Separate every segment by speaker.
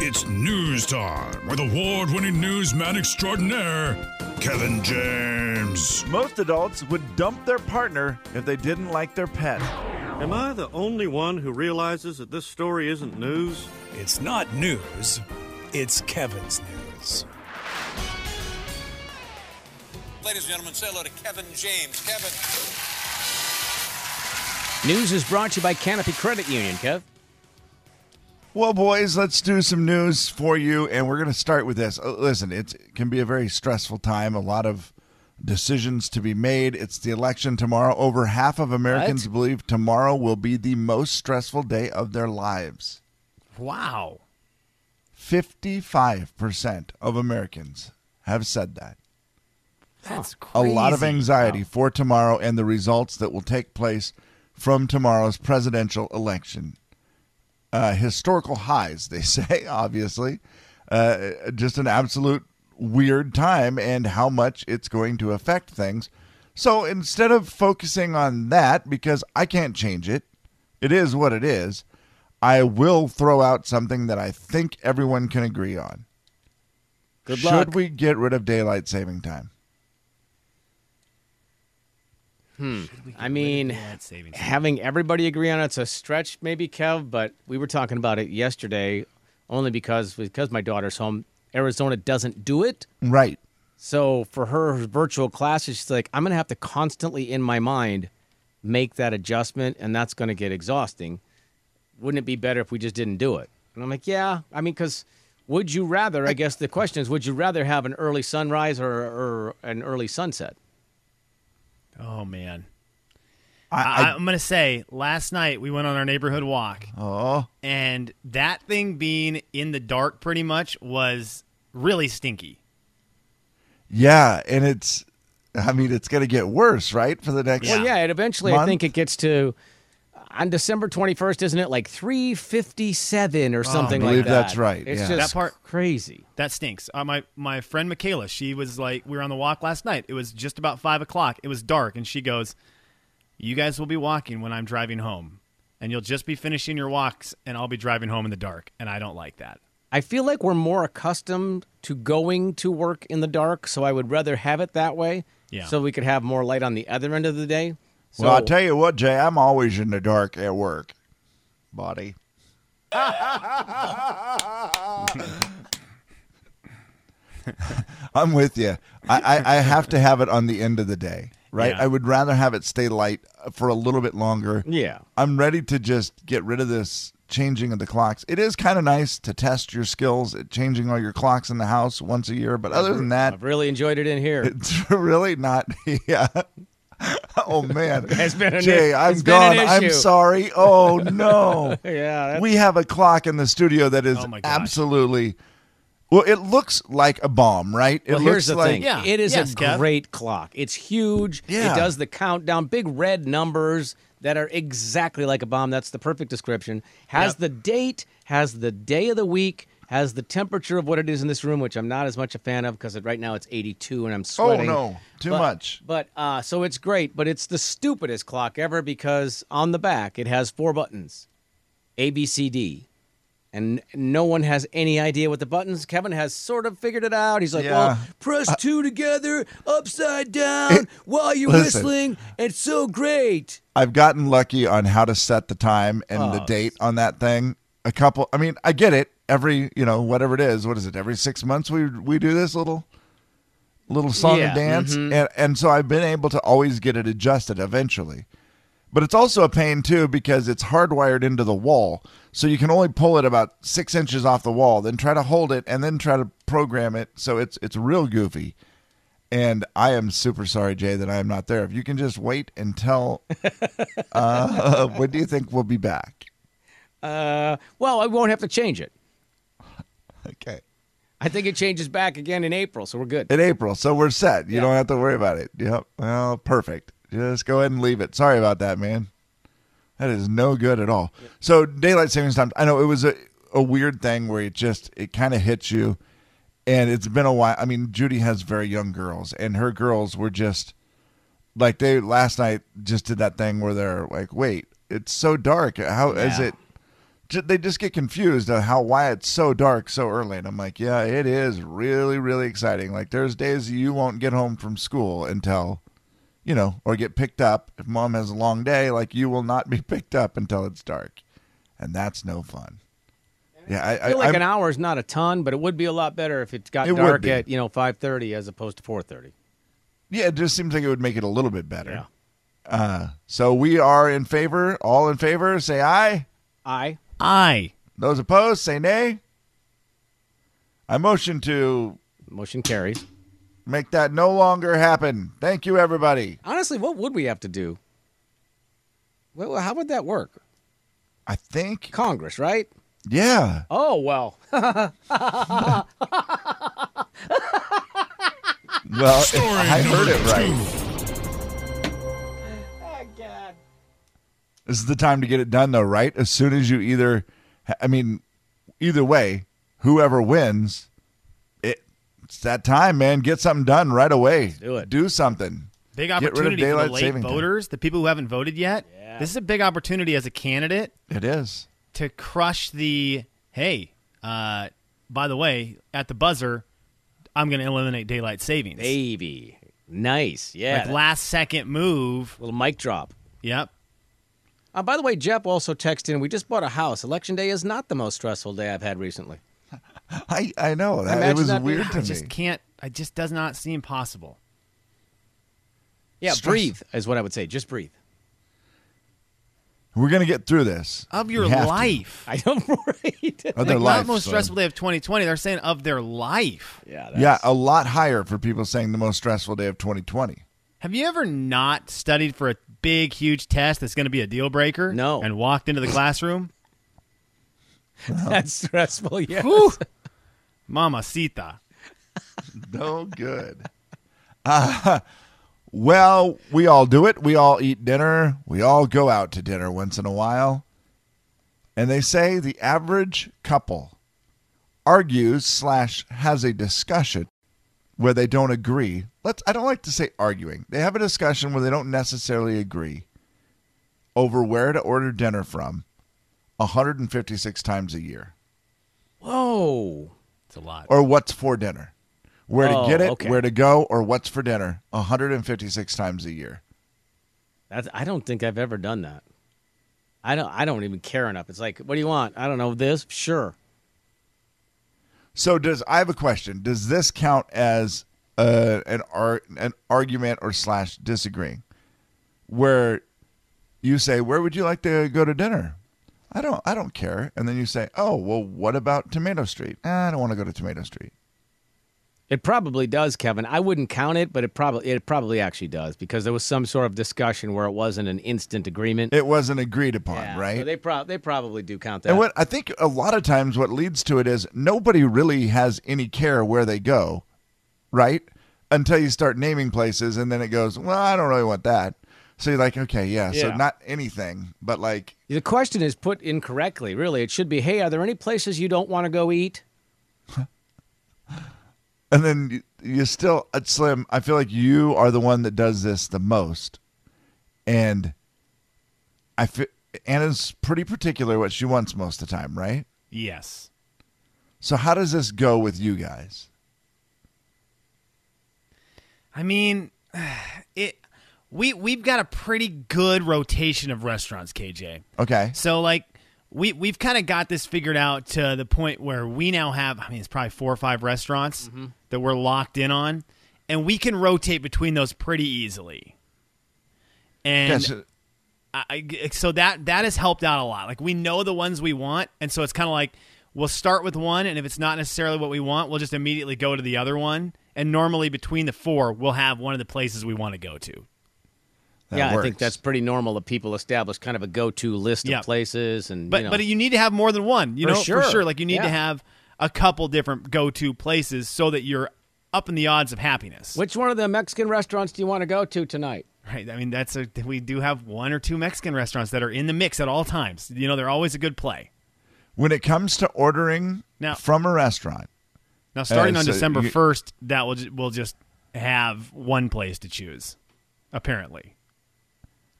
Speaker 1: It's news time with award winning newsman extraordinaire, Kevin James.
Speaker 2: Most adults would dump their partner if they didn't like their pet.
Speaker 3: Am I the only one who realizes that this story isn't news?
Speaker 4: It's not news, it's Kevin's news.
Speaker 5: Ladies and gentlemen, say hello to Kevin James. Kevin.
Speaker 6: News is brought to you by Canopy Credit Union, Kev.
Speaker 2: Well, boys, let's do some news for you, and we're going to start with this. Uh, Listen, it's- it can be a very stressful time, a lot of decisions to be made. It's the election tomorrow. Over half of Americans
Speaker 6: What?
Speaker 2: believe tomorrow will be the most stressful day of their lives.
Speaker 6: Wow.
Speaker 2: 55% of Americans have said that.
Speaker 6: That's
Speaker 2: a
Speaker 6: crazy.
Speaker 2: lot of anxiety for tomorrow and the results that will take place from tomorrow's presidential election. Uh, historical highs, they say, obviously. Uh, just an absolute weird time and how much it's going to affect things. So instead of focusing on that, because I can't change it, it is what it is, I will throw out something that I think everyone can agree on.
Speaker 6: Good
Speaker 2: Should
Speaker 6: luck.
Speaker 2: we get rid of daylight saving time?
Speaker 6: I mean, having everybody agree on it's a stretch, maybe, Kev, but we were talking about it yesterday only because because my daughter's home. Arizona doesn't do it.
Speaker 2: Right.
Speaker 6: So for her virtual classes, she's like, I'm going to have to constantly in my mind make that adjustment, and that's going to get exhausting. Wouldn't it be better if we just didn't do it? And I'm like, yeah. I mean, because would you rather, I guess the question is, would you rather have an early sunrise or, or an early sunset?
Speaker 7: Oh man.
Speaker 2: I,
Speaker 7: I, I'm gonna say last night we went on our neighborhood walk,
Speaker 2: oh.
Speaker 7: and that thing being in the dark pretty much was really stinky.
Speaker 2: Yeah, and it's I mean it's going to get worse, right? For the next
Speaker 6: Well, yeah, and eventually I
Speaker 2: Month?
Speaker 6: think it gets to on December 21st, isn't it? Like 357 or something
Speaker 2: Oh, believe
Speaker 6: like that.
Speaker 2: that's right,
Speaker 6: It's
Speaker 2: yeah.
Speaker 6: just
Speaker 7: That part-
Speaker 6: crazy.
Speaker 7: That stinks. Uh, my my friend Michaela, she was like, we were on the walk last night. It was just about five o'clock. It was dark, and she goes, "You guys will be walking when I'm driving home, and you'll just be finishing your walks, and I'll be driving home in the dark, and I don't like that."
Speaker 6: I feel like we're more accustomed to going to work in the dark, so I would rather have it that way.
Speaker 7: Yeah.
Speaker 6: So we could have more light on the other end of the day. So,
Speaker 2: Well, I'll tell you what, Jay, I'm always in the dark at work. Body. I'm with you. I, I, I have to have it on the end of the day, right?
Speaker 7: Yeah.
Speaker 2: I would rather have it stay light for a little bit longer.
Speaker 6: Yeah.
Speaker 2: I'm ready to just get rid of this changing of the clocks. It is kind of nice to test your skills at changing all your clocks in the house once a year, but other than that,
Speaker 6: I've really enjoyed it in here.
Speaker 2: it's really not. Yeah. Oh man,
Speaker 6: It's been an-
Speaker 2: Jay, I'm
Speaker 6: it's been
Speaker 2: gone.
Speaker 6: an
Speaker 2: I'm
Speaker 6: issue.
Speaker 2: sorry. Oh no.
Speaker 6: Yeah.
Speaker 2: we have a clock in the studio that is
Speaker 7: Oh, my gosh.
Speaker 2: absolutely. Well, it looks like a bomb, right? It
Speaker 6: Well,
Speaker 2: looks
Speaker 6: here's the
Speaker 2: like
Speaker 6: thing.
Speaker 7: Yeah.
Speaker 6: It is
Speaker 7: Yes,
Speaker 6: a
Speaker 7: Kev.
Speaker 6: great clock. It's huge.
Speaker 2: Yeah.
Speaker 6: It does the countdown, big red numbers that are exactly like a bomb. That's the perfect description. Has the date, has the day of the week, has the temperature of what it is in this room, which I'm not as much a fan of because right now it's 82 and I'm sweating.
Speaker 2: Oh, no. Too
Speaker 6: But-
Speaker 2: much.
Speaker 6: But uh, so it's great, but it's the stupidest clock ever because on the back it has four buttons, A, B, C, D. And no one has any idea what the buttons. Kevin has sort of figured it out. He's like, well,
Speaker 2: Yeah. Uh,
Speaker 6: press two together, upside down, while you're
Speaker 2: listen.
Speaker 6: whistling. It's so great.
Speaker 2: I've gotten lucky on how to set the time and the date on that thing. A couple. I mean, I get it. Every you know whatever it is. What is it? Every six months we we do this little little song
Speaker 6: Yeah,
Speaker 2: and dance, and and so I've been able to always get it adjusted eventually. But it's also a pain too because it's hardwired into the wall, so you can only pull it about six inches off the wall. Then try to hold it, and then try to program it. So it's it's real goofy. And I am super sorry, Jay, that I am not there. If you can just wait until uh, when do you think we'll be back?
Speaker 6: Uh, well, I won't have to change it.
Speaker 2: Okay.
Speaker 6: I think it changes back again in April, so we're good.
Speaker 2: In April, so we're set. You don't have to worry about it. Yep. Well, perfect. Just go ahead and leave it. Sorry about that, man. That is no good at all. So daylight savings time. I know it was a, a weird thing where it just it kind of hits you, and it's been a while. I mean, Judy has very young girls, and her girls were just like they last night just did that thing where they're like, "Wait, it's so dark. How is it ju- they just get confused on how why it's so dark so early. And I'm like, yeah, it is really really exciting. Like there's days you won't get home from school until, you know, or get picked up if mom has a long day. Like you will not be picked up until it's dark, and that's no fun. Yeah, I,
Speaker 6: I feel
Speaker 2: I-
Speaker 6: like
Speaker 2: I'm-
Speaker 6: an hour is not a ton, but it would be a lot better if it got
Speaker 2: It would
Speaker 6: dark
Speaker 2: be.
Speaker 6: at you know five thirty as opposed to four thirty.
Speaker 2: Yeah, it just seems like it would make it a little bit better.
Speaker 6: Yeah.
Speaker 2: Uh, so we are in favor. All in favor, say aye.
Speaker 6: I
Speaker 7: I
Speaker 2: Those opposed, say nay. I motion to
Speaker 6: motion carries.
Speaker 2: make that no longer happen. Thank you, everybody.
Speaker 6: Honestly, what would we have to do? Well, how would that work?
Speaker 2: I think.
Speaker 6: Congress, right?
Speaker 2: Yeah.
Speaker 6: Oh well,
Speaker 2: Well,
Speaker 1: Story
Speaker 2: I heard
Speaker 1: number
Speaker 2: it right.
Speaker 1: two.
Speaker 6: Oh,
Speaker 2: This is the time to get it done, though, right? As soon as you either, I mean, either way, whoever wins, it, it's that time, man. Get something done right away.
Speaker 6: do it.
Speaker 2: Do something.
Speaker 7: big
Speaker 2: Get rid of
Speaker 7: opportunity for the
Speaker 2: daylight
Speaker 7: late
Speaker 2: saving time.
Speaker 7: voters, the people who haven't voted yet. This is a big opportunity as a candidate
Speaker 2: It is.
Speaker 7: to crush the hey. Uh, by the way, at the buzzer, I'm going to eliminate daylight savings.
Speaker 6: baby, nice, yeah.
Speaker 7: like last second move.
Speaker 6: little mic drop.
Speaker 7: Yep.
Speaker 6: Uh, by the way, Jep also texted in. We just bought a house. Election day is not the most stressful day I've had recently.
Speaker 2: I I know that it
Speaker 6: Imagine
Speaker 2: was
Speaker 6: that being-
Speaker 2: weird to
Speaker 7: I
Speaker 2: me.
Speaker 7: just can't. It just does not seem possible.
Speaker 6: Yeah,
Speaker 2: Stress-
Speaker 6: breathe is what I would say. Just breathe.
Speaker 2: We're gonna get through this
Speaker 7: Of your
Speaker 2: We have to.
Speaker 7: life.
Speaker 6: I don't breathe.
Speaker 2: Of
Speaker 7: Like,
Speaker 2: their
Speaker 7: not
Speaker 2: life,
Speaker 7: most
Speaker 2: so-
Speaker 7: stressful day of 2020. They're saying of their life.
Speaker 6: yeah,
Speaker 2: Yeah, a lot higher for people saying the most stressful day of 2020.
Speaker 7: Have you ever not studied for a big, huge test that's going to be a deal breaker?
Speaker 6: No.
Speaker 7: And walked into the classroom?
Speaker 6: that's stressful. Yeah.
Speaker 7: Whew. Mamacita.
Speaker 2: No good. Uh, well, we all do it. We all eat dinner. We all go out to dinner once in a while. And they say the average couple argues slash has a discussion where they don't agree. Let's I don't like to say arguing. They have a discussion where they don't necessarily agree over where to order dinner from 156 times a year
Speaker 6: Whoa.
Speaker 7: It's a lot.
Speaker 2: or what's for dinner. Where
Speaker 6: Oh,
Speaker 2: to get it,
Speaker 6: okay.
Speaker 2: where to go, or what's for dinner 156 times a year.
Speaker 6: That's, I don't think I've ever done that. I don't. I don't even care enough. It's like, what do you want? I don't know this. Sure.
Speaker 2: So does I have a question. Does this count as uh, an ar- an argument or slash disagreeing? Where you say, Where would you like to go to dinner? I don't I don't care. And then you say, Oh, well, what about Tomato Street? "Eh, I don't want to go to Tomato Street.
Speaker 6: It probably does, Kevin. I wouldn't count it, but it probably it probably actually does because there was some sort of discussion where it wasn't an instant agreement.
Speaker 2: It wasn't agreed upon,
Speaker 6: Yeah, so
Speaker 2: right?
Speaker 6: they prob they probably do count that.
Speaker 2: And what I think a lot of times what leads to it is nobody really has any care where they go, right? Until you start naming places and then it goes, well, I don't really want that. So you're like, okay, yeah, so
Speaker 6: Yeah.
Speaker 2: not anything, but like,
Speaker 6: the question is put incorrectly. Really, it should be, hey, are there any places you don't want to go eat?
Speaker 2: and then you, you still, uh, Slim, I feel like you are the one that does this the most. And I feel Anna's pretty particular what she wants most of the time, right?
Speaker 7: yes.
Speaker 2: So how does this go with you guys?
Speaker 7: I mean, it. We we've got a pretty good rotation of restaurants, KJ.
Speaker 2: Okay.
Speaker 7: So like we we've kind of got this figured out to the point where we now have I mean it's probably four or five restaurants that we're locked in on and we can rotate between those pretty easily. And
Speaker 2: Guess-
Speaker 7: I, I- so that that has helped out a lot. Like we know the ones we want and so it's kind of like we'll start with one and if it's not necessarily what we want, we'll just immediately go to the other one. And normally between the four, we'll have one of the places we want to go to.
Speaker 2: that
Speaker 6: yeah, I
Speaker 2: works.
Speaker 6: think that's pretty normal that people establish kind of a go-to list
Speaker 7: Yeah.
Speaker 6: of places and
Speaker 7: But
Speaker 6: you know,
Speaker 7: but you need to have more than one. You
Speaker 6: For
Speaker 7: know,
Speaker 6: sure.
Speaker 7: for sure. Like you need
Speaker 6: Yeah.
Speaker 7: to have a couple different go to places so that you're up in the odds of happiness.
Speaker 6: which one of the Mexican restaurants do you want to go to tonight?
Speaker 7: Right. I mean, that's a, we do have one or two Mexican restaurants that are in the mix at all times. You know, they're always a good play.
Speaker 2: When it comes to ordering
Speaker 7: Now-
Speaker 2: from a restaurant,
Speaker 7: Now, starting
Speaker 2: Uh,
Speaker 7: on
Speaker 2: so
Speaker 7: December
Speaker 2: you-
Speaker 7: first, that will ju- we'll just have one place to choose. Apparently,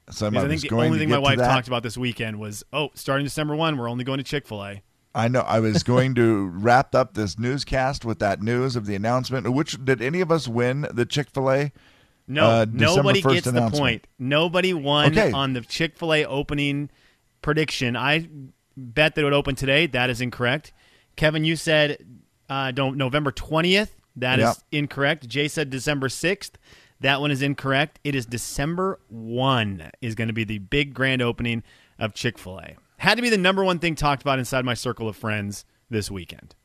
Speaker 2: So I'm
Speaker 7: Because I
Speaker 2: was
Speaker 7: think the
Speaker 2: going
Speaker 7: only
Speaker 2: to
Speaker 7: thing
Speaker 2: get
Speaker 7: my
Speaker 2: to
Speaker 7: wife
Speaker 2: that.
Speaker 7: talked about this weekend was, oh, starting December 1, we're only going to Chick fil A.
Speaker 2: I know. I was going to wrap up this newscast with that news of the announcement. Which did any of us win the Chick Fil A?
Speaker 7: No,
Speaker 2: Uh, December
Speaker 7: nobody
Speaker 2: 1st
Speaker 7: gets the
Speaker 2: announcement.
Speaker 7: point. Nobody won
Speaker 2: Okay.
Speaker 7: on the Chick fil A opening prediction. I bet that it would open today. That is incorrect. Kevin, you said uh, don't, November 20th. That is
Speaker 2: Yep.
Speaker 7: incorrect. Jay said December 6th. That one is incorrect. It is December 1 is going to be the big grand opening of Chick fil A. Had to be the number one thing talked about inside my circle of friends this weekend.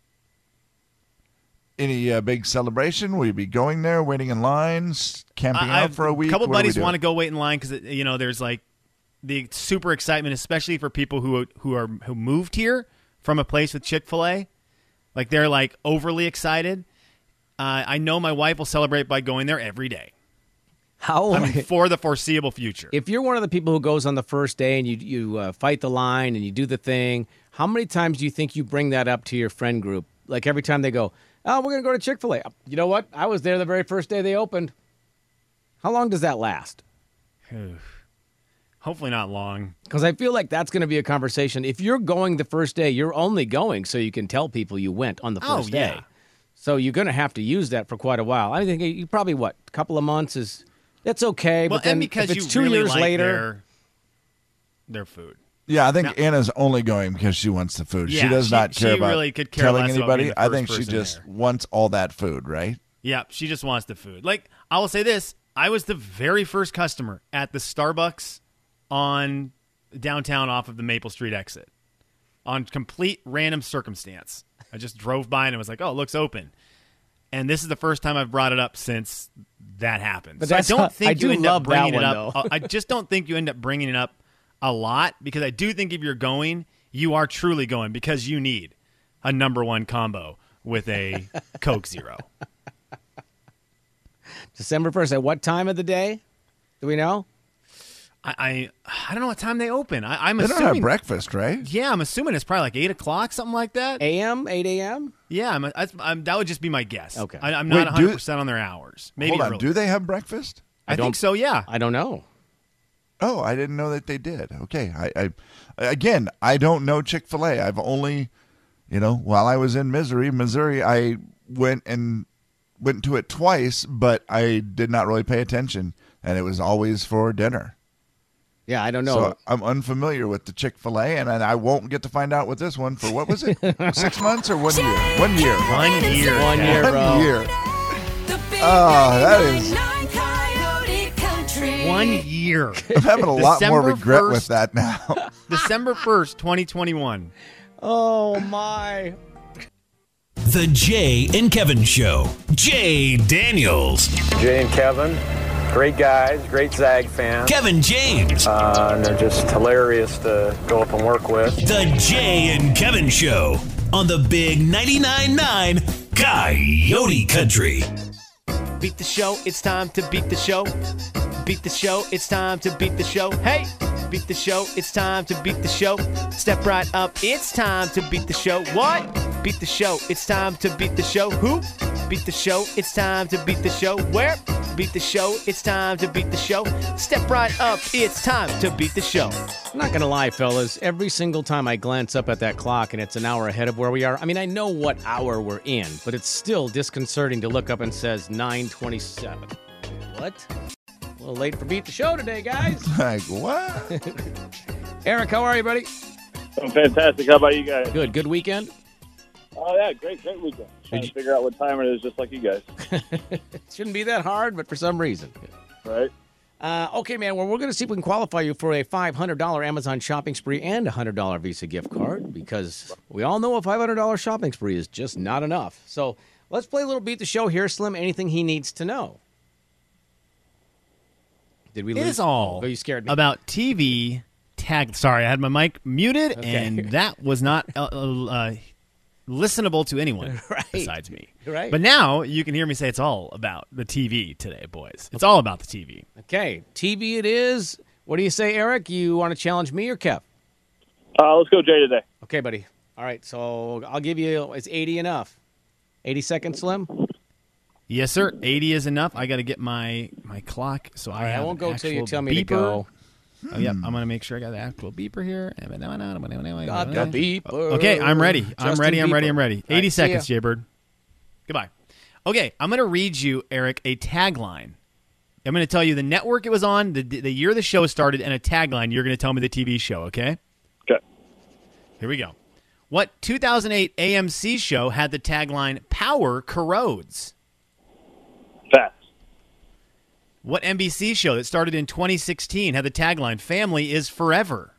Speaker 2: Any uh, big celebration? Will you be going there, waiting in lines, camping
Speaker 7: I-
Speaker 2: out for a week?
Speaker 7: couple
Speaker 2: What are we
Speaker 7: buddies
Speaker 2: doing?
Speaker 7: want to go wait in line because you know there's like the super excitement, especially for people who who are who moved here from a place with Chick fil A. Like they're like overly excited. Uh, I know my wife will celebrate by going there every day.
Speaker 6: How?
Speaker 7: I mean, for the foreseeable future.
Speaker 6: if you're one of the people who goes on the first day and you you uh, fight the line and you do the thing, how many times do you think you bring that up to your friend group? Like every time they go, "Oh, we're gonna go to Chick Fil A." You know what? I was there the very first day they opened. How long does that last?
Speaker 7: Hopefully not long.
Speaker 6: Because I feel like that's going to be a conversation. If you're going the first day, you're only going so you can tell people you went on the
Speaker 7: Oh,
Speaker 6: first
Speaker 7: yeah.
Speaker 6: day. So you're going to have to use that for quite a while. I think you probably what a couple of months is that's okay.
Speaker 7: Well,
Speaker 6: but then
Speaker 7: and because
Speaker 6: if it's
Speaker 7: you
Speaker 6: two
Speaker 7: really
Speaker 6: years
Speaker 7: like
Speaker 6: later,
Speaker 7: their, their food.
Speaker 2: Yeah, I think
Speaker 7: Now-
Speaker 2: Anna's only going because she wants the food. she
Speaker 7: Yeah,
Speaker 2: does
Speaker 7: she-
Speaker 2: not care
Speaker 7: she
Speaker 2: about
Speaker 7: really could care
Speaker 2: telling
Speaker 7: less about
Speaker 2: anybody.
Speaker 7: being the
Speaker 2: I
Speaker 7: first
Speaker 2: think she
Speaker 7: person
Speaker 2: just
Speaker 7: there.
Speaker 2: wants all that food, right?
Speaker 7: Yeah, she just wants the food. Like I will say this, I was the very first customer at the Starbucks on downtown off of the Maple Street exit. On complete random circumstance. I just drove by and I was like, "Oh, it looks open." And this is the first time I've brought it up since that happened.
Speaker 6: But
Speaker 7: so I
Speaker 6: that's
Speaker 7: don't
Speaker 6: not-
Speaker 7: think
Speaker 6: I
Speaker 7: you
Speaker 6: do
Speaker 7: end
Speaker 6: love
Speaker 7: up
Speaker 6: that
Speaker 7: bringing
Speaker 6: one,
Speaker 7: it up.
Speaker 6: though.
Speaker 7: I just don't think you end up bringing it up a lot because I do think if you're going, you are truly going because you need a number one combo with a Coke Zero.
Speaker 6: December first, at what time of the day? Do we know?
Speaker 7: I, I I don't know what time they open. I, I'm
Speaker 2: They
Speaker 7: assuming.
Speaker 2: don't have breakfast, right?
Speaker 7: Yeah, I'm assuming it's probably like eight o'clock, something like that.
Speaker 6: A.M. Eight A.M.
Speaker 7: Yeah, I'm, that's- I'm, that would just be my guess.
Speaker 6: Okay.
Speaker 7: I, I'm
Speaker 2: Wait,
Speaker 7: not
Speaker 2: do-
Speaker 7: 100 percent on their hours. Maybe
Speaker 2: Hold on,
Speaker 7: early.
Speaker 2: do they have breakfast?
Speaker 7: I,
Speaker 6: I
Speaker 7: think
Speaker 6: don't-
Speaker 7: so. Yeah,
Speaker 6: I don't know.
Speaker 2: Oh, I didn't know that they did. Okay, I, I again, I don't know Chick Fil A. I've only, you know, while I was in Missouri, Missouri, I went and went to it twice, but I did not really pay attention, and it was always for dinner.
Speaker 6: Yeah, I don't know.
Speaker 2: So I'm unfamiliar with the Chick Fil A, and, and I won't get to find out with this one for what was it, six months or one year? One year.
Speaker 7: one year.
Speaker 6: One
Speaker 7: yeah.
Speaker 6: year, bro.
Speaker 2: One year. Oh, that is-
Speaker 7: One year.
Speaker 2: I'm having a lot more
Speaker 7: December
Speaker 2: regret
Speaker 7: 1st.
Speaker 2: with that now.
Speaker 7: December 1st, 2021.
Speaker 6: Oh my.
Speaker 4: The Jay and Kevin Show. Jay Daniels.
Speaker 8: Jay and Kevin, great guys, great Zag fans,
Speaker 4: Kevin James.
Speaker 8: uh, and they're just hilarious to go up and work with.
Speaker 4: The Jay and Kevin Show on the Big 99.9 9 Coyote Country.
Speaker 9: Beat the show, it's time to beat the show. Beat the show, it's time to beat the show. Hey! Beat the show, it's time to beat the show. Step right up, it's time to beat the show. What? Beat the show, it's time to beat the show. Who? Beat the show, it's time to beat the show. Where? Beat the show, it's time to beat the show. Step right up, it's time to beat the show.
Speaker 6: I'm not gonna lie, fellas. Every single time I glance up at that clock and it's an hour ahead of where we are. I mean, I know what hour we're in, but it's still disconcerting to look up and says 9:27. What? A little late for beat the show today, guys.
Speaker 2: like what?
Speaker 6: Eric, how are you, buddy?
Speaker 10: I'm fantastic. How about you guys?
Speaker 6: Good. Good weekend.
Speaker 10: Oh yeah, great, great weekend. Trying
Speaker 6: Did
Speaker 10: to
Speaker 6: you-
Speaker 10: figure out what time it is, just like you guys,
Speaker 6: Shouldn't be that hard, but for some reason.
Speaker 10: right?
Speaker 6: Uh, okay, man. Well, we're going to see if we can qualify you for a $500 Amazon shopping spree and a $100 Visa gift card because we all know a $500 shopping spree is just not enough. So let's play a little beat the show here, Slim. Anything he needs to know. Did we
Speaker 7: It
Speaker 6: lose?
Speaker 7: is all
Speaker 6: Oh, you scared me.
Speaker 7: about TV tag. Sorry, I had my mic muted,
Speaker 6: Okay.
Speaker 7: and that was not uh, uh, listenable to anyone
Speaker 6: Right.
Speaker 7: besides me.
Speaker 6: Right.
Speaker 7: But now you can hear me say it's all about the TV today, boys. It's all about the TV.
Speaker 6: okay, TV it is. What do you say, Eric? You want to challenge me or Kev?
Speaker 10: Uh, let's go Jay today.
Speaker 6: Okay, buddy. All right, so I'll give you, it's 80 enough. 80 seconds, Slim?
Speaker 7: Yes, sir. Eighty is enough. I got to get my my clock, so I
Speaker 6: I
Speaker 7: have
Speaker 6: won't
Speaker 7: an
Speaker 6: go till you
Speaker 7: actual
Speaker 6: tell me to
Speaker 7: beeper.
Speaker 6: go.
Speaker 7: Oh, yep, I'm gonna make sure I got the actual beeper here. Got
Speaker 6: Got the beeper.
Speaker 7: Okay, I'm ready. I'm
Speaker 6: Justin
Speaker 7: ready. I'm ready.
Speaker 6: Bieber.
Speaker 7: I'm ready. 80
Speaker 6: All right, see
Speaker 7: seconds,
Speaker 6: ya.
Speaker 7: Jaybird. Goodbye. Okay, I'm gonna read you, Eric, a tagline. I'm gonna tell you the network it was on, the the year the show started, and a tagline. You're gonna tell me the TV show. Okay.
Speaker 10: Okay.
Speaker 7: Here we go. What 2008 AMC show had the tagline "Power corrodes"?
Speaker 10: Fast.
Speaker 7: What NBC show that started in 2016 had the tagline "Family is forever"?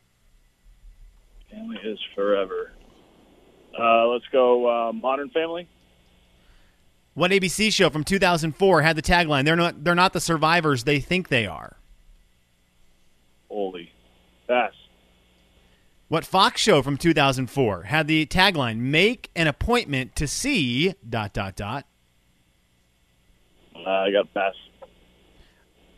Speaker 10: Family is forever. Uh, let's go uh, Modern Family.
Speaker 7: What ABC show from 2004 had the tagline "They're not they're not the survivors they think they are"?
Speaker 10: Holy. Fast.
Speaker 7: What Fox show from 2004 had the tagline "Make an appointment to see dot dot dot"?
Speaker 10: Uh, I got fast.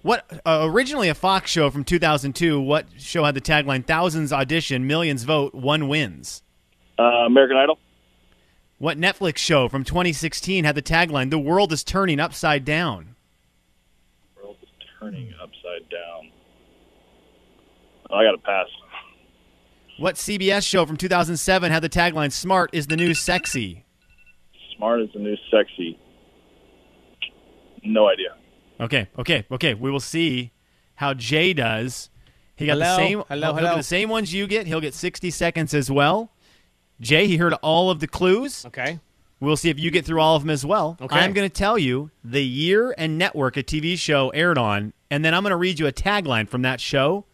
Speaker 7: What uh, originally a Fox show from 2002? What show had the tagline "Thousands audition, millions vote, one wins"?
Speaker 10: Uh, American Idol.
Speaker 7: What Netflix show from 2016 had the tagline "The world is turning upside down"?
Speaker 10: World is turning upside down. I got to pass.
Speaker 7: What CBS show from 2007 had the tagline "Smart is the new sexy"?
Speaker 10: Smart is the new sexy. No idea.
Speaker 7: Okay, okay, okay. We will see how Jay does. He got the
Speaker 6: Hello,
Speaker 7: same.
Speaker 6: hello,
Speaker 7: he'll get
Speaker 6: hello.
Speaker 7: the same ones you get. He'll get 60 seconds as well. Jay, he heard all of the clues.
Speaker 6: Okay.
Speaker 7: We'll see if you get through all of them as well.
Speaker 6: Okay.
Speaker 7: I'm going to tell you the year and network a TV show aired on, and then I'm going to read you a tagline from that show,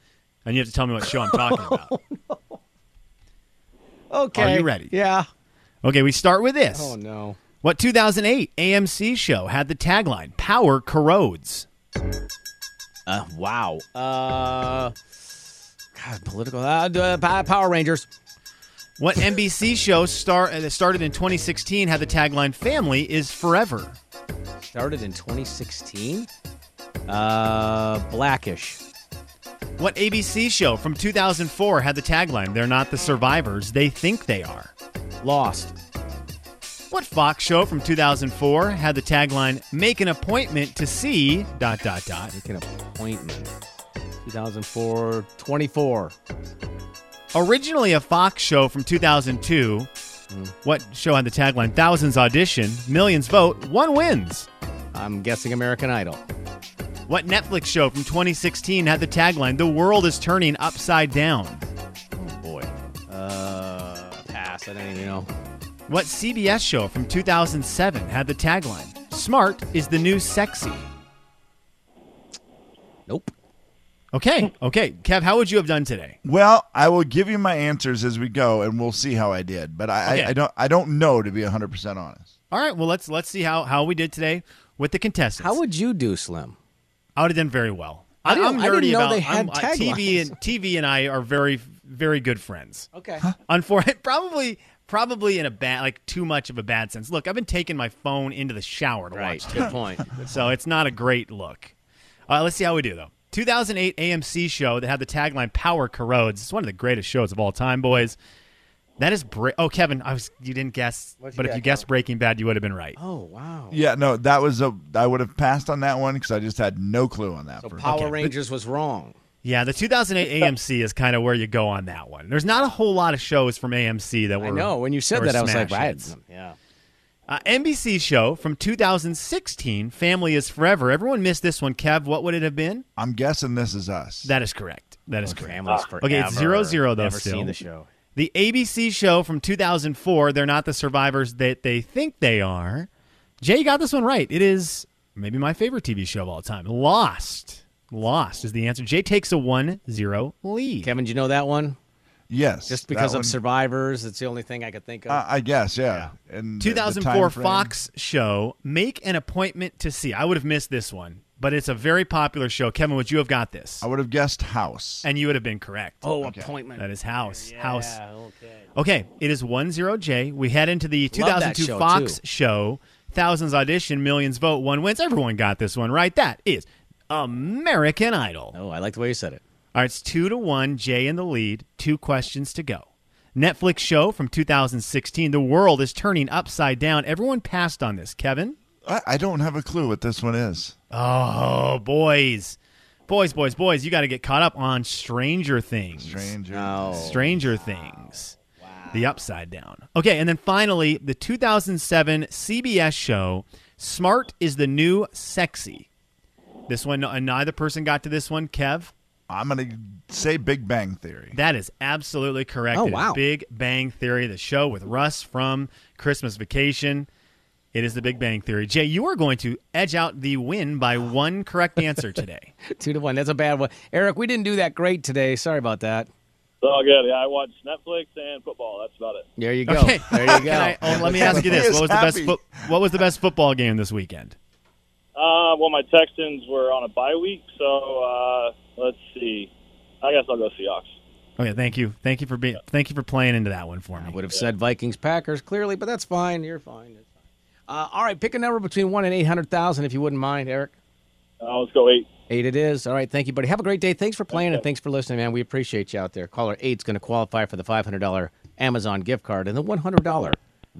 Speaker 7: and you have to tell me what show I'm talking about.
Speaker 6: Okay.
Speaker 7: ready?
Speaker 6: Yeah.
Speaker 7: Okay, we start with this.
Speaker 6: Oh no.
Speaker 7: What 2008 AMC show had the tagline "Power corrodes"?
Speaker 6: Uh, wow. Uh, God, political. Uh, d- uh, Pa- Power Rangers.
Speaker 7: What NBC show star uh, started in 2016 had the tagline "Family is forever"?
Speaker 6: Started in 2016. Uh, Blackish.
Speaker 7: What ABC show from 2004 had the tagline "They're not the survivors they think they are"?
Speaker 6: Lost.
Speaker 7: What Fox show from 2004 had the tagline "Make an appointment to see dot dot dot"?
Speaker 6: Make an appointment. 2004. 24.
Speaker 7: Originally a Fox show from 2002, what show had the tagline "Thousands audition, millions vote, one wins"?
Speaker 6: I'm guessing American Idol.
Speaker 7: What Netflix show from 2016 had the tagline "The world is turning upside down"?
Speaker 6: Oh boy. Uh, pass. I don't even know.
Speaker 7: What CBS show from 2007 had the tagline "Smart is the new sexy"?
Speaker 6: Nope.
Speaker 7: Okay, okay, Kev, how would you have done today?
Speaker 2: Well, I will give you my answers as we go, and we'll see how I did. But I,
Speaker 7: Okay.
Speaker 2: I, I don't, I don't know to be hundred percent honest.
Speaker 7: All right, well let's let's see how how we did today with the contestants.
Speaker 6: How would you do, Slim?
Speaker 7: I would have done very well.
Speaker 6: I didn't-
Speaker 7: am nerdy
Speaker 6: I didn't know
Speaker 7: about
Speaker 6: they had
Speaker 7: I'm- I- TV
Speaker 6: taglines.
Speaker 7: and TV and I are very very good friends.
Speaker 6: Okay.
Speaker 7: Unfortunately, probably probably in a bad like too much of a bad sense. Look, I've been taking my phone into the shower to
Speaker 6: Right.
Speaker 7: watch
Speaker 6: Good point.
Speaker 7: So it's not a great look. Uh, let's see how we do, though. 2008 AMC show that had the tagline "Power corrodes." It's one of the greatest shows of all time, boys. That is bra- oh, Kevin, I was you didn't guess,
Speaker 6: What'd you
Speaker 7: but if
Speaker 6: guess,
Speaker 7: you guessed Breaking Bad, you would have been right.
Speaker 6: Oh wow.
Speaker 2: Yeah, no, that was a. I would have passed on that one because I just had no clue on that.
Speaker 6: So
Speaker 2: for-
Speaker 6: Power Rangers was wrong.
Speaker 7: Yeah, the 2008 AMC is kind of where you go on that one. There's not a whole lot of shows from AMC that were.
Speaker 6: I know. When you said
Speaker 7: were
Speaker 6: that, I was like,
Speaker 7: smash
Speaker 6: right.
Speaker 7: hits.
Speaker 6: Yeah.
Speaker 7: Uh, NBC show from 2016, "Family Is Forever." Everyone missed this one, Kev. What would it have been?
Speaker 2: I'm guessing this is us.
Speaker 7: That is correct. That is correct.
Speaker 6: Families forever.
Speaker 7: Okay, it's zero zero though.
Speaker 6: Never
Speaker 7: still.
Speaker 6: seen the show.
Speaker 7: The ABC show from 2004, They're Not the Survivors That They Think They Are. Jay got this one right. It is maybe my favorite TV show of all time. Lost. Lost is the answer. Jay takes a 1 0 lead.
Speaker 6: Kevin, do you know that one?
Speaker 2: yes,
Speaker 6: Just because
Speaker 2: that one-
Speaker 6: of survivors, it's the only thing I could think of.
Speaker 7: Ah,
Speaker 2: Uh, I guess, yeah. And the- the
Speaker 7: 2004
Speaker 2: time frame.
Speaker 7: Fox show, Make an Appointment to See. I would have missed this one, but it's a very popular show. Kevin, would you have got this?
Speaker 2: I would have guessed house.
Speaker 7: And you would have been correct.
Speaker 6: oh, appointment.
Speaker 7: That is House. House.
Speaker 6: Okay.
Speaker 7: Okay, it is 1-0-J. We head into the
Speaker 6: Love that
Speaker 7: 2002
Speaker 6: show,
Speaker 7: Fox
Speaker 6: too.
Speaker 7: show. Thousands audition, millions vote, one wins. Everyone got this one right. That is American Idol.
Speaker 6: Oh, I like the way you said it.
Speaker 7: All right, it's 2 to 1, Jay in the lead. Two questions to go. Netflix show from 2016, The World is Turning Upside Down. Everyone passed on this, Kevin.
Speaker 2: I, I don't have a clue what this one is.
Speaker 7: Oh, boys. Boys, boys, boys, you got to get caught up on Stranger Things.
Speaker 2: Stranger.
Speaker 6: Oh,
Speaker 7: Stranger Things. The Upside Down. Okay, and then finally, the 2007 CBS show Smart is the New Sexy. This one, uh, neither person got to this one. Kev,
Speaker 2: I'm gonna say Big Bang Theory.
Speaker 7: that is absolutely correct.
Speaker 6: Oh,
Speaker 7: It is
Speaker 6: wow.
Speaker 7: Big Bang Theory, the show with Russ from Christmas Vacation. It is the Big Bang Theory. Jay, you are going to edge out the win by one correct answer today.
Speaker 6: Two to one. That's a bad one. Eric, we didn't do that great today. Sorry about that.
Speaker 10: It's all good. Yeah, I watch Netflix and football. That's about it.
Speaker 6: There you go.
Speaker 7: Okay.
Speaker 6: There you go.
Speaker 7: Can I- oh, let me ask you
Speaker 2: He
Speaker 7: this:
Speaker 2: is
Speaker 7: What was the best?
Speaker 2: happy.
Speaker 7: fo- what was the best football game this weekend?
Speaker 10: Uh, well, my Texans were on a bye week, so uh, let's see. I guess I'll go Seahawks.
Speaker 7: Okay, thank you, thank you for being, thank you for playing into that one for
Speaker 6: I
Speaker 7: me.
Speaker 6: would have said Vikings Packers clearly, but that's fine. You're fine. It's fine. Uh, all right, pick a number between one and eight hundred thousand, if you wouldn't mind, Eric.
Speaker 10: Uh, let's go eight.
Speaker 6: Eight it is. All right, thank you, buddy. Have a great day. Thanks for playing and thanks for listening, man. We appreciate you out there. Caller eight's going to qualify for the five hundred dollar Amazon gift card and the one hundred dollar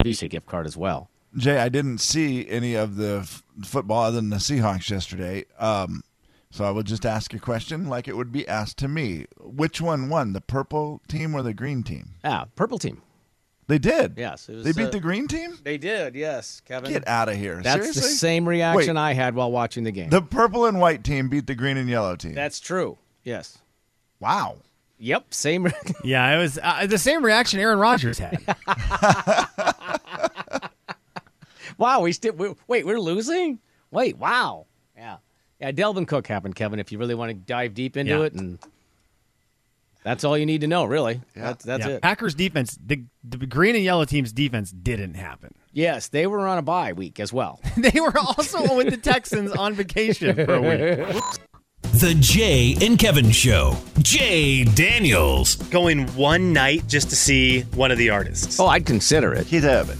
Speaker 6: Visa gift card as well.
Speaker 2: Jay, I didn't see any of the f- football other than the Seahawks yesterday. Um, so I will just ask a question like it would be asked to me. Which one won, the purple team or the green team?
Speaker 6: Ah, purple team.
Speaker 2: They did.
Speaker 6: Yes, it was,
Speaker 2: they beat
Speaker 6: uh,
Speaker 2: the green team.
Speaker 6: They did. Yes, Kevin.
Speaker 2: Get out of here!
Speaker 6: That's
Speaker 2: Seriously?
Speaker 6: the same reaction
Speaker 2: Wait,
Speaker 6: I had while watching the game.
Speaker 2: The purple and white team beat the green and yellow team.
Speaker 6: That's true. Yes.
Speaker 2: wow.
Speaker 6: Yep. Same. re-
Speaker 7: Yeah, it was uh, the same reaction Aaron Rodgers had.
Speaker 6: wow. We still. We, wait. We're losing. Wait. Wow. Yeah. Yeah. Delvin Cook happened, Kevin. If you really want to dive deep into
Speaker 7: Yeah.
Speaker 6: it, and that's all you need to know, really. That's, that's
Speaker 7: Yeah.
Speaker 6: it.
Speaker 7: Packers defense, the, the green and yellow team's defense didn't happen.
Speaker 6: Yes, they were on a bye week as well.
Speaker 7: They were also with the Texans on vacation for a week.
Speaker 4: The Jay and Kevin Show. Jay Daniels.
Speaker 9: Going one night just to see one of the artists.
Speaker 6: oh, I'd consider it.
Speaker 2: Keith Urban.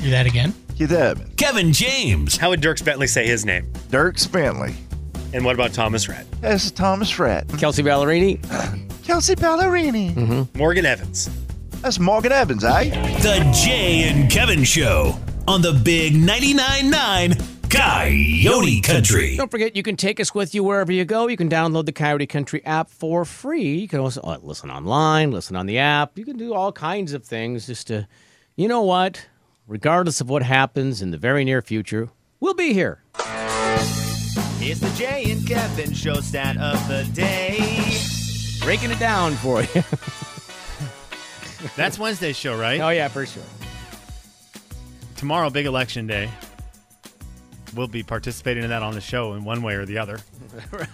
Speaker 11: Do that again.
Speaker 2: Keith Urban.
Speaker 4: Kevin James.
Speaker 9: How would Dirk Bentley say his name?
Speaker 2: Dirk Spantley.
Speaker 9: And what about Thomas Rhett?
Speaker 2: This is Thomas Fred.
Speaker 6: Kelsey Ballerini.
Speaker 2: Kelsey Ballerini.
Speaker 6: Mm-hmm.
Speaker 9: Morgan Evans.
Speaker 2: That's Morgan Evans, eh?
Speaker 4: The Jay and Kevin Show on the Big 99.9 9 Coyote Country.
Speaker 6: Don't forget, you can take us with you wherever you go. You can download the Coyote Country app for free. You can also uh, listen online, listen on the app. You can do all kinds of things just to, you know what? Regardless of what happens in the very near future, we'll be here.
Speaker 7: It's the Jay and Kevin show stat of the day.
Speaker 6: Breaking it down for you.
Speaker 7: That's Wednesday's show, right?
Speaker 6: oh, yeah, for sure.
Speaker 7: Tomorrow, big election day. We'll be participating in that on the show in one way or the other.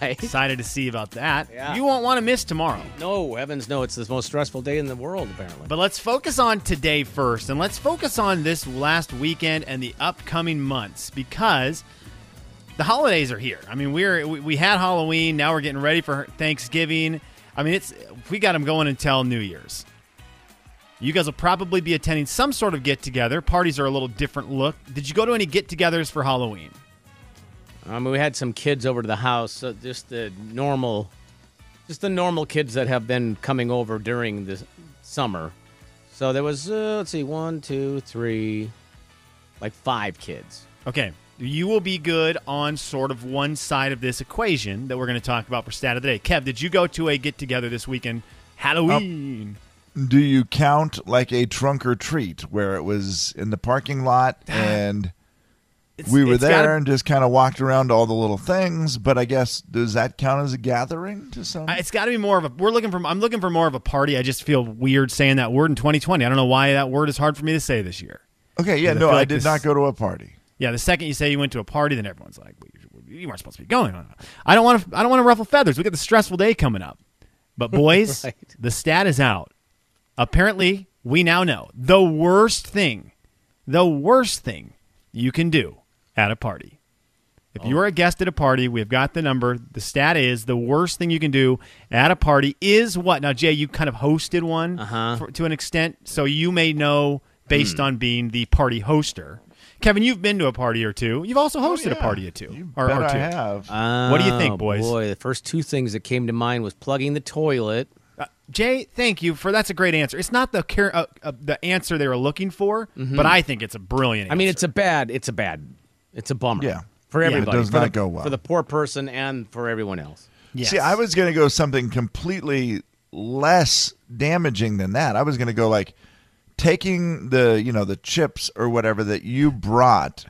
Speaker 6: Right.
Speaker 7: Excited to see about that.
Speaker 6: Yeah.
Speaker 7: You won't want to miss tomorrow.
Speaker 6: No, heavens, no. It's the most stressful day in the world, apparently.
Speaker 7: But let's focus on today first, and let's focus on this last weekend and the upcoming months because the holidays are here. I mean, we're we, we had Halloween, now we're getting ready for Thanksgiving. I mean, it's we got them going until New Year's. You guys will probably be attending some sort of get together. Parties are a little different look. Did you go to any get togethers for Halloween?
Speaker 6: Um, we had some kids over to the house, so just the normal, just the normal kids that have been coming over during the summer. So there was, uh, let's see, one, two, three, like five kids.
Speaker 7: Okay. You will be good on sort of one side of this equation that we're going to talk about for stat of the day. Kev, did you go to a get together this weekend? Halloween.
Speaker 2: Do you count like a trunk or treat where it was in the parking lot and
Speaker 7: It's-
Speaker 2: we were
Speaker 7: it's
Speaker 2: there
Speaker 7: gotta-
Speaker 2: and just kind of walked around to all the little things? But I guess does that count as a gathering to some?
Speaker 7: I- uh, it's got to be more of a. We're looking for. I'm looking for more of a party. I just feel weird saying that word in 2020. I don't know why that word is hard for me to say this year.
Speaker 2: okay, yeah,
Speaker 7: I
Speaker 2: no,
Speaker 7: feel
Speaker 2: I
Speaker 7: like
Speaker 2: did
Speaker 7: this-
Speaker 2: not go to a party.
Speaker 7: Yeah, the second you say you went to a party, then everyone's like, well, you, "You weren't supposed to be going." I don't want to. I don't want to ruffle feathers. We got the stressful day coming up. But boys,
Speaker 6: Right.
Speaker 7: the stat is out. Apparently, we now know the worst thing, the worst thing you can do at a party. If you are a guest at a party, we've got the number. The stat is the worst thing you can do at a party is what? Now, Jay, you kind of hosted one for- to an extent, so you may know based on being the party hoster. Kevin, you've been to a party or two. You've also hosted a
Speaker 2: Oh, yeah.
Speaker 7: party or two.
Speaker 2: You
Speaker 7: or,
Speaker 2: bet
Speaker 7: or
Speaker 2: I
Speaker 7: two.
Speaker 2: have.
Speaker 7: What do you think,
Speaker 6: Oh,
Speaker 7: boys?
Speaker 6: Boy, the first two things that came to mind was plugging the toilet.
Speaker 7: Uh, Jay, thank you for that's a great answer. It's not the car- uh, uh, the answer they were looking for, but I think it's a brilliant.
Speaker 6: Mm-hmm. I mean,
Speaker 7: answer.
Speaker 6: it's a bad, it's a bad, it's a bummer.
Speaker 2: Yeah.
Speaker 6: For
Speaker 7: Yeah, it
Speaker 6: everybody.
Speaker 2: does
Speaker 6: for
Speaker 2: not
Speaker 6: the-
Speaker 2: go well.
Speaker 6: For the poor person and for everyone else.
Speaker 2: See, I was going to go something completely less damaging than that. I was going to go like taking the, you know, the chips or whatever that you brought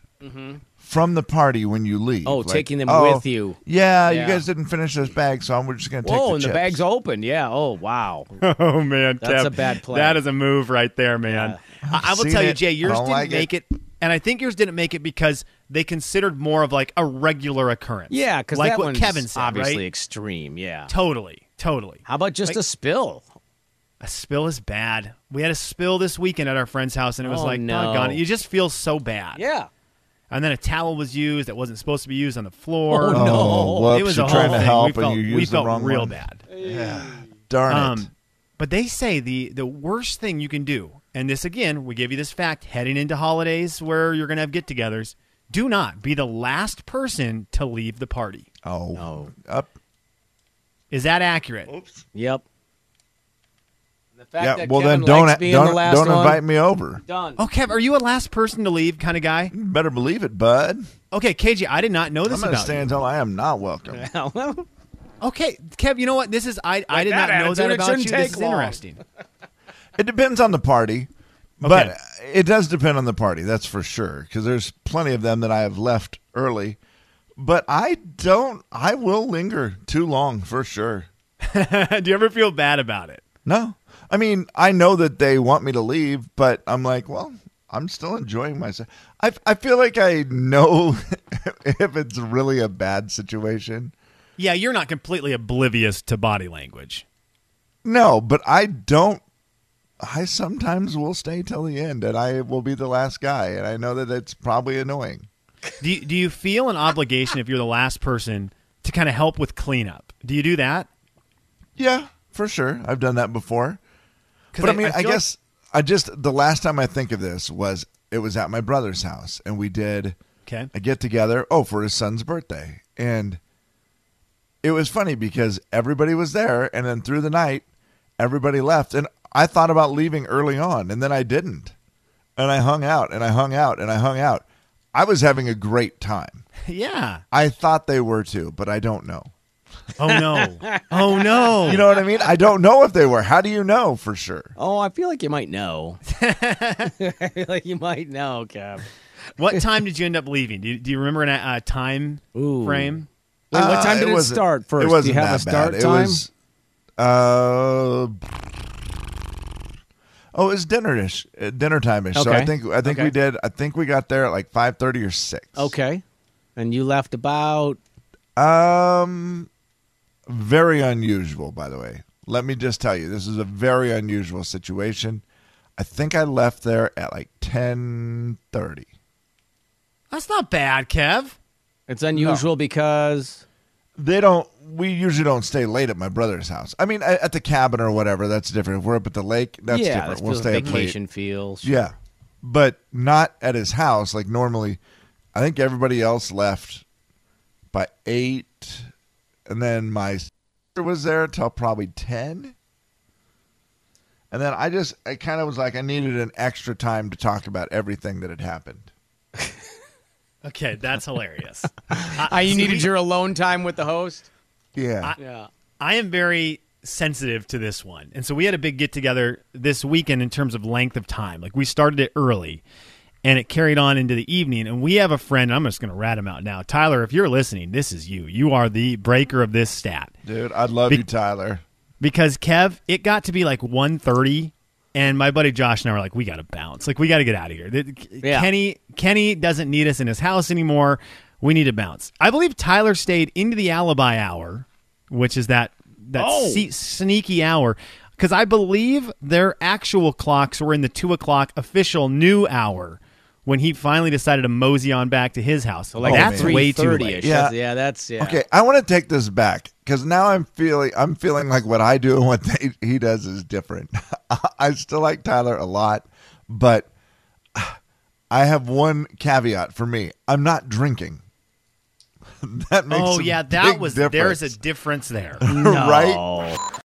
Speaker 2: from the party when you leave.
Speaker 6: Mm-hmm. Oh, taking them with you.
Speaker 2: Yeah,
Speaker 6: Yeah.
Speaker 2: you guys didn't finish this bag, so I'm just going to take
Speaker 6: Whoa,
Speaker 2: the
Speaker 6: Oh, and
Speaker 2: chips.
Speaker 6: the bag's open. Yeah. Oh, wow.
Speaker 7: Oh man,
Speaker 6: That's
Speaker 7: Kev,
Speaker 6: a bad play.
Speaker 7: That is a move right there, man. I, I will
Speaker 2: Seen
Speaker 7: tell you,
Speaker 2: it.
Speaker 7: Jay, yours
Speaker 2: I don't
Speaker 7: didn't
Speaker 2: like it.
Speaker 7: make it. and I think yours didn't make it because they considered more of like a regular occurrence.
Speaker 6: Yeah, because
Speaker 7: like
Speaker 6: that
Speaker 7: what
Speaker 6: one's
Speaker 7: Kevin said,
Speaker 6: obviously
Speaker 7: right?
Speaker 6: extreme. Yeah.
Speaker 7: Totally, totally.
Speaker 6: How about just
Speaker 7: Like-
Speaker 6: a spill?
Speaker 7: A spill is bad. We had a spill this weekend at our friend's house, and it was
Speaker 6: Oh,
Speaker 7: like,
Speaker 6: no.
Speaker 7: doggone it. You just feel so bad.
Speaker 6: Yeah.
Speaker 7: And then a towel was used that wasn't supposed to be used on the floor.
Speaker 6: Oh, no.
Speaker 2: Oh,
Speaker 6: No.
Speaker 2: whoops,
Speaker 7: It was
Speaker 2: you're
Speaker 7: a whole
Speaker 2: trying to
Speaker 7: thing.
Speaker 2: help
Speaker 7: we felt,
Speaker 2: and you
Speaker 7: we
Speaker 2: used
Speaker 7: felt
Speaker 2: the wrong
Speaker 7: real
Speaker 2: one.
Speaker 7: bad.
Speaker 2: Darn it.
Speaker 7: Um, but they say the the worst thing you can do, and this again, we give you this fact heading into holidays where you're going to have get-togethers. Do not be the last person to leave the party.
Speaker 2: oh, up.
Speaker 7: Is that accurate?
Speaker 6: Yep. The fact
Speaker 2: Yeah,
Speaker 6: that
Speaker 2: well
Speaker 6: Kevin
Speaker 2: then don't
Speaker 6: likes being
Speaker 2: don't,
Speaker 6: the last
Speaker 2: don't
Speaker 6: one,
Speaker 2: invite me over.
Speaker 6: Done.
Speaker 7: Oh, Kev, are you a last person to leave kind of guy?
Speaker 2: You better believe it, bud.
Speaker 7: Okay, KG, I did not know
Speaker 2: I'm
Speaker 7: this
Speaker 2: going to
Speaker 7: about
Speaker 2: stay until I am not welcome.
Speaker 6: Oh.
Speaker 7: you. Okay, Kev, you know what? This is I I did
Speaker 6: that
Speaker 7: not know
Speaker 6: attitude,
Speaker 7: that
Speaker 6: it
Speaker 7: about
Speaker 6: shouldn't
Speaker 7: you. This
Speaker 6: take
Speaker 7: is
Speaker 6: long.
Speaker 7: interesting.
Speaker 2: It depends on the party,
Speaker 7: Okay.
Speaker 2: but it does depend on the party. That's for sure. Because there's plenty of them that I have left early, but I don't. I will linger too long for sure.
Speaker 7: do you ever feel bad about it?
Speaker 2: No, I mean I know that they want me to leave, but I'm like, well, I'm still enjoying myself. I I feel like I know if it's really a bad situation.
Speaker 7: Yeah, you're not completely oblivious to body language.
Speaker 2: No, but I don't. I sometimes will stay till the end, and I will be the last guy, and I know that it's probably annoying.
Speaker 7: Do you, do you feel an obligation if you're the last person to kind of help with cleanup? Do you do that?
Speaker 2: Yeah, for sure. I've done that before.
Speaker 7: 'Cause
Speaker 2: But I mean, I,
Speaker 7: feel like-
Speaker 2: guess I just the last time I think of this was it was at my brother's house, and we did
Speaker 7: Okay.
Speaker 2: a get together. Oh, for his son's birthday, and it was funny because everybody was there, and then through the night, everybody left, and I thought about leaving early on, and then I didn't, and I hung out, and I hung out, and I hung out. I was having a great time.
Speaker 7: yeah.
Speaker 2: I thought they were too, but I don't know.
Speaker 7: Oh no. oh no.
Speaker 2: You know what I mean? I don't know if they were. How do you know for sure?
Speaker 6: Oh, I feel like you might know. I feel like you might know, Kev.
Speaker 7: what time did you end up leaving? Do you, do you remember a uh, time
Speaker 6: Ooh.
Speaker 7: frame?
Speaker 6: Wait, what time
Speaker 2: Uh,
Speaker 6: did it,
Speaker 2: wasn't-
Speaker 6: start first?
Speaker 2: It wasn't
Speaker 6: Do you have
Speaker 2: that
Speaker 6: a start
Speaker 2: bad.
Speaker 6: time?
Speaker 2: It was, uh, oh, it was dinnerish, uh, dinner time ish. So I
Speaker 6: Okay.
Speaker 2: think I think
Speaker 6: Okay.
Speaker 2: we did. I think we got there at like five thirty or six.
Speaker 6: okay. And you left about
Speaker 2: Um, very unusual, by the way. Let me just tell you, this is a very unusual situation. I think I left there at like ten thirty.
Speaker 7: That's not bad, Kev.
Speaker 6: it's unusual because
Speaker 2: they don't we usually don't stay late at my brother's house i mean a- at the cabin or whatever that's different if we're up at the lake that's
Speaker 6: yeah,
Speaker 2: different
Speaker 6: that's
Speaker 2: we'll
Speaker 6: feels
Speaker 2: stay up
Speaker 6: vacation
Speaker 2: late
Speaker 6: feels.
Speaker 2: yeah but not at his house like normally i think everybody else left by eight and then my sister was there till probably 10 and then i just i kind of was like i needed an extra time to talk about everything that had happened
Speaker 7: Okay, that's hilarious.
Speaker 6: Ah, you needed your alone time with the host.
Speaker 2: yeah
Speaker 6: Yeah.
Speaker 7: I am very sensitive to this one. And so we had a big get together this weekend in terms of length of time. Like we started it early and it carried on into the evening. And we have a friend, I'm just going to rat him out now. Tyler, if you're listening, this is you. You are the breaker of this stat.
Speaker 2: dude i love
Speaker 7: Be-
Speaker 2: you tyler
Speaker 7: Because Kev, it got to be like 1:30 and my buddy Josh and I were like we got to bounce. Like we got to get out of here. The-
Speaker 6: Yeah.
Speaker 7: Kenny Kenny doesn't need us in his house anymore. We need to bounce. I believe Tyler stayed into the alibi hour, which is that that se- sneaky hour because I believe their actual clocks were in the two o'clock official new hour when he finally decided to mosey on back to his house. So like
Speaker 2: Oh,
Speaker 7: that's
Speaker 2: man.
Speaker 7: way too
Speaker 6: 3:30
Speaker 7: late.
Speaker 6: -ish.
Speaker 2: Yeah.
Speaker 6: That's- yeah, that's yeah.
Speaker 2: Okay, I want to take this back because now I'm feeling I'm feeling like what I do and what they, he does is different. I still like Tyler a lot, but I have one caveat for me: I'm not drinking. that makes
Speaker 7: Oh
Speaker 2: a
Speaker 7: yeah, that
Speaker 2: big
Speaker 7: was
Speaker 2: difference,
Speaker 7: there's a difference there.
Speaker 2: right.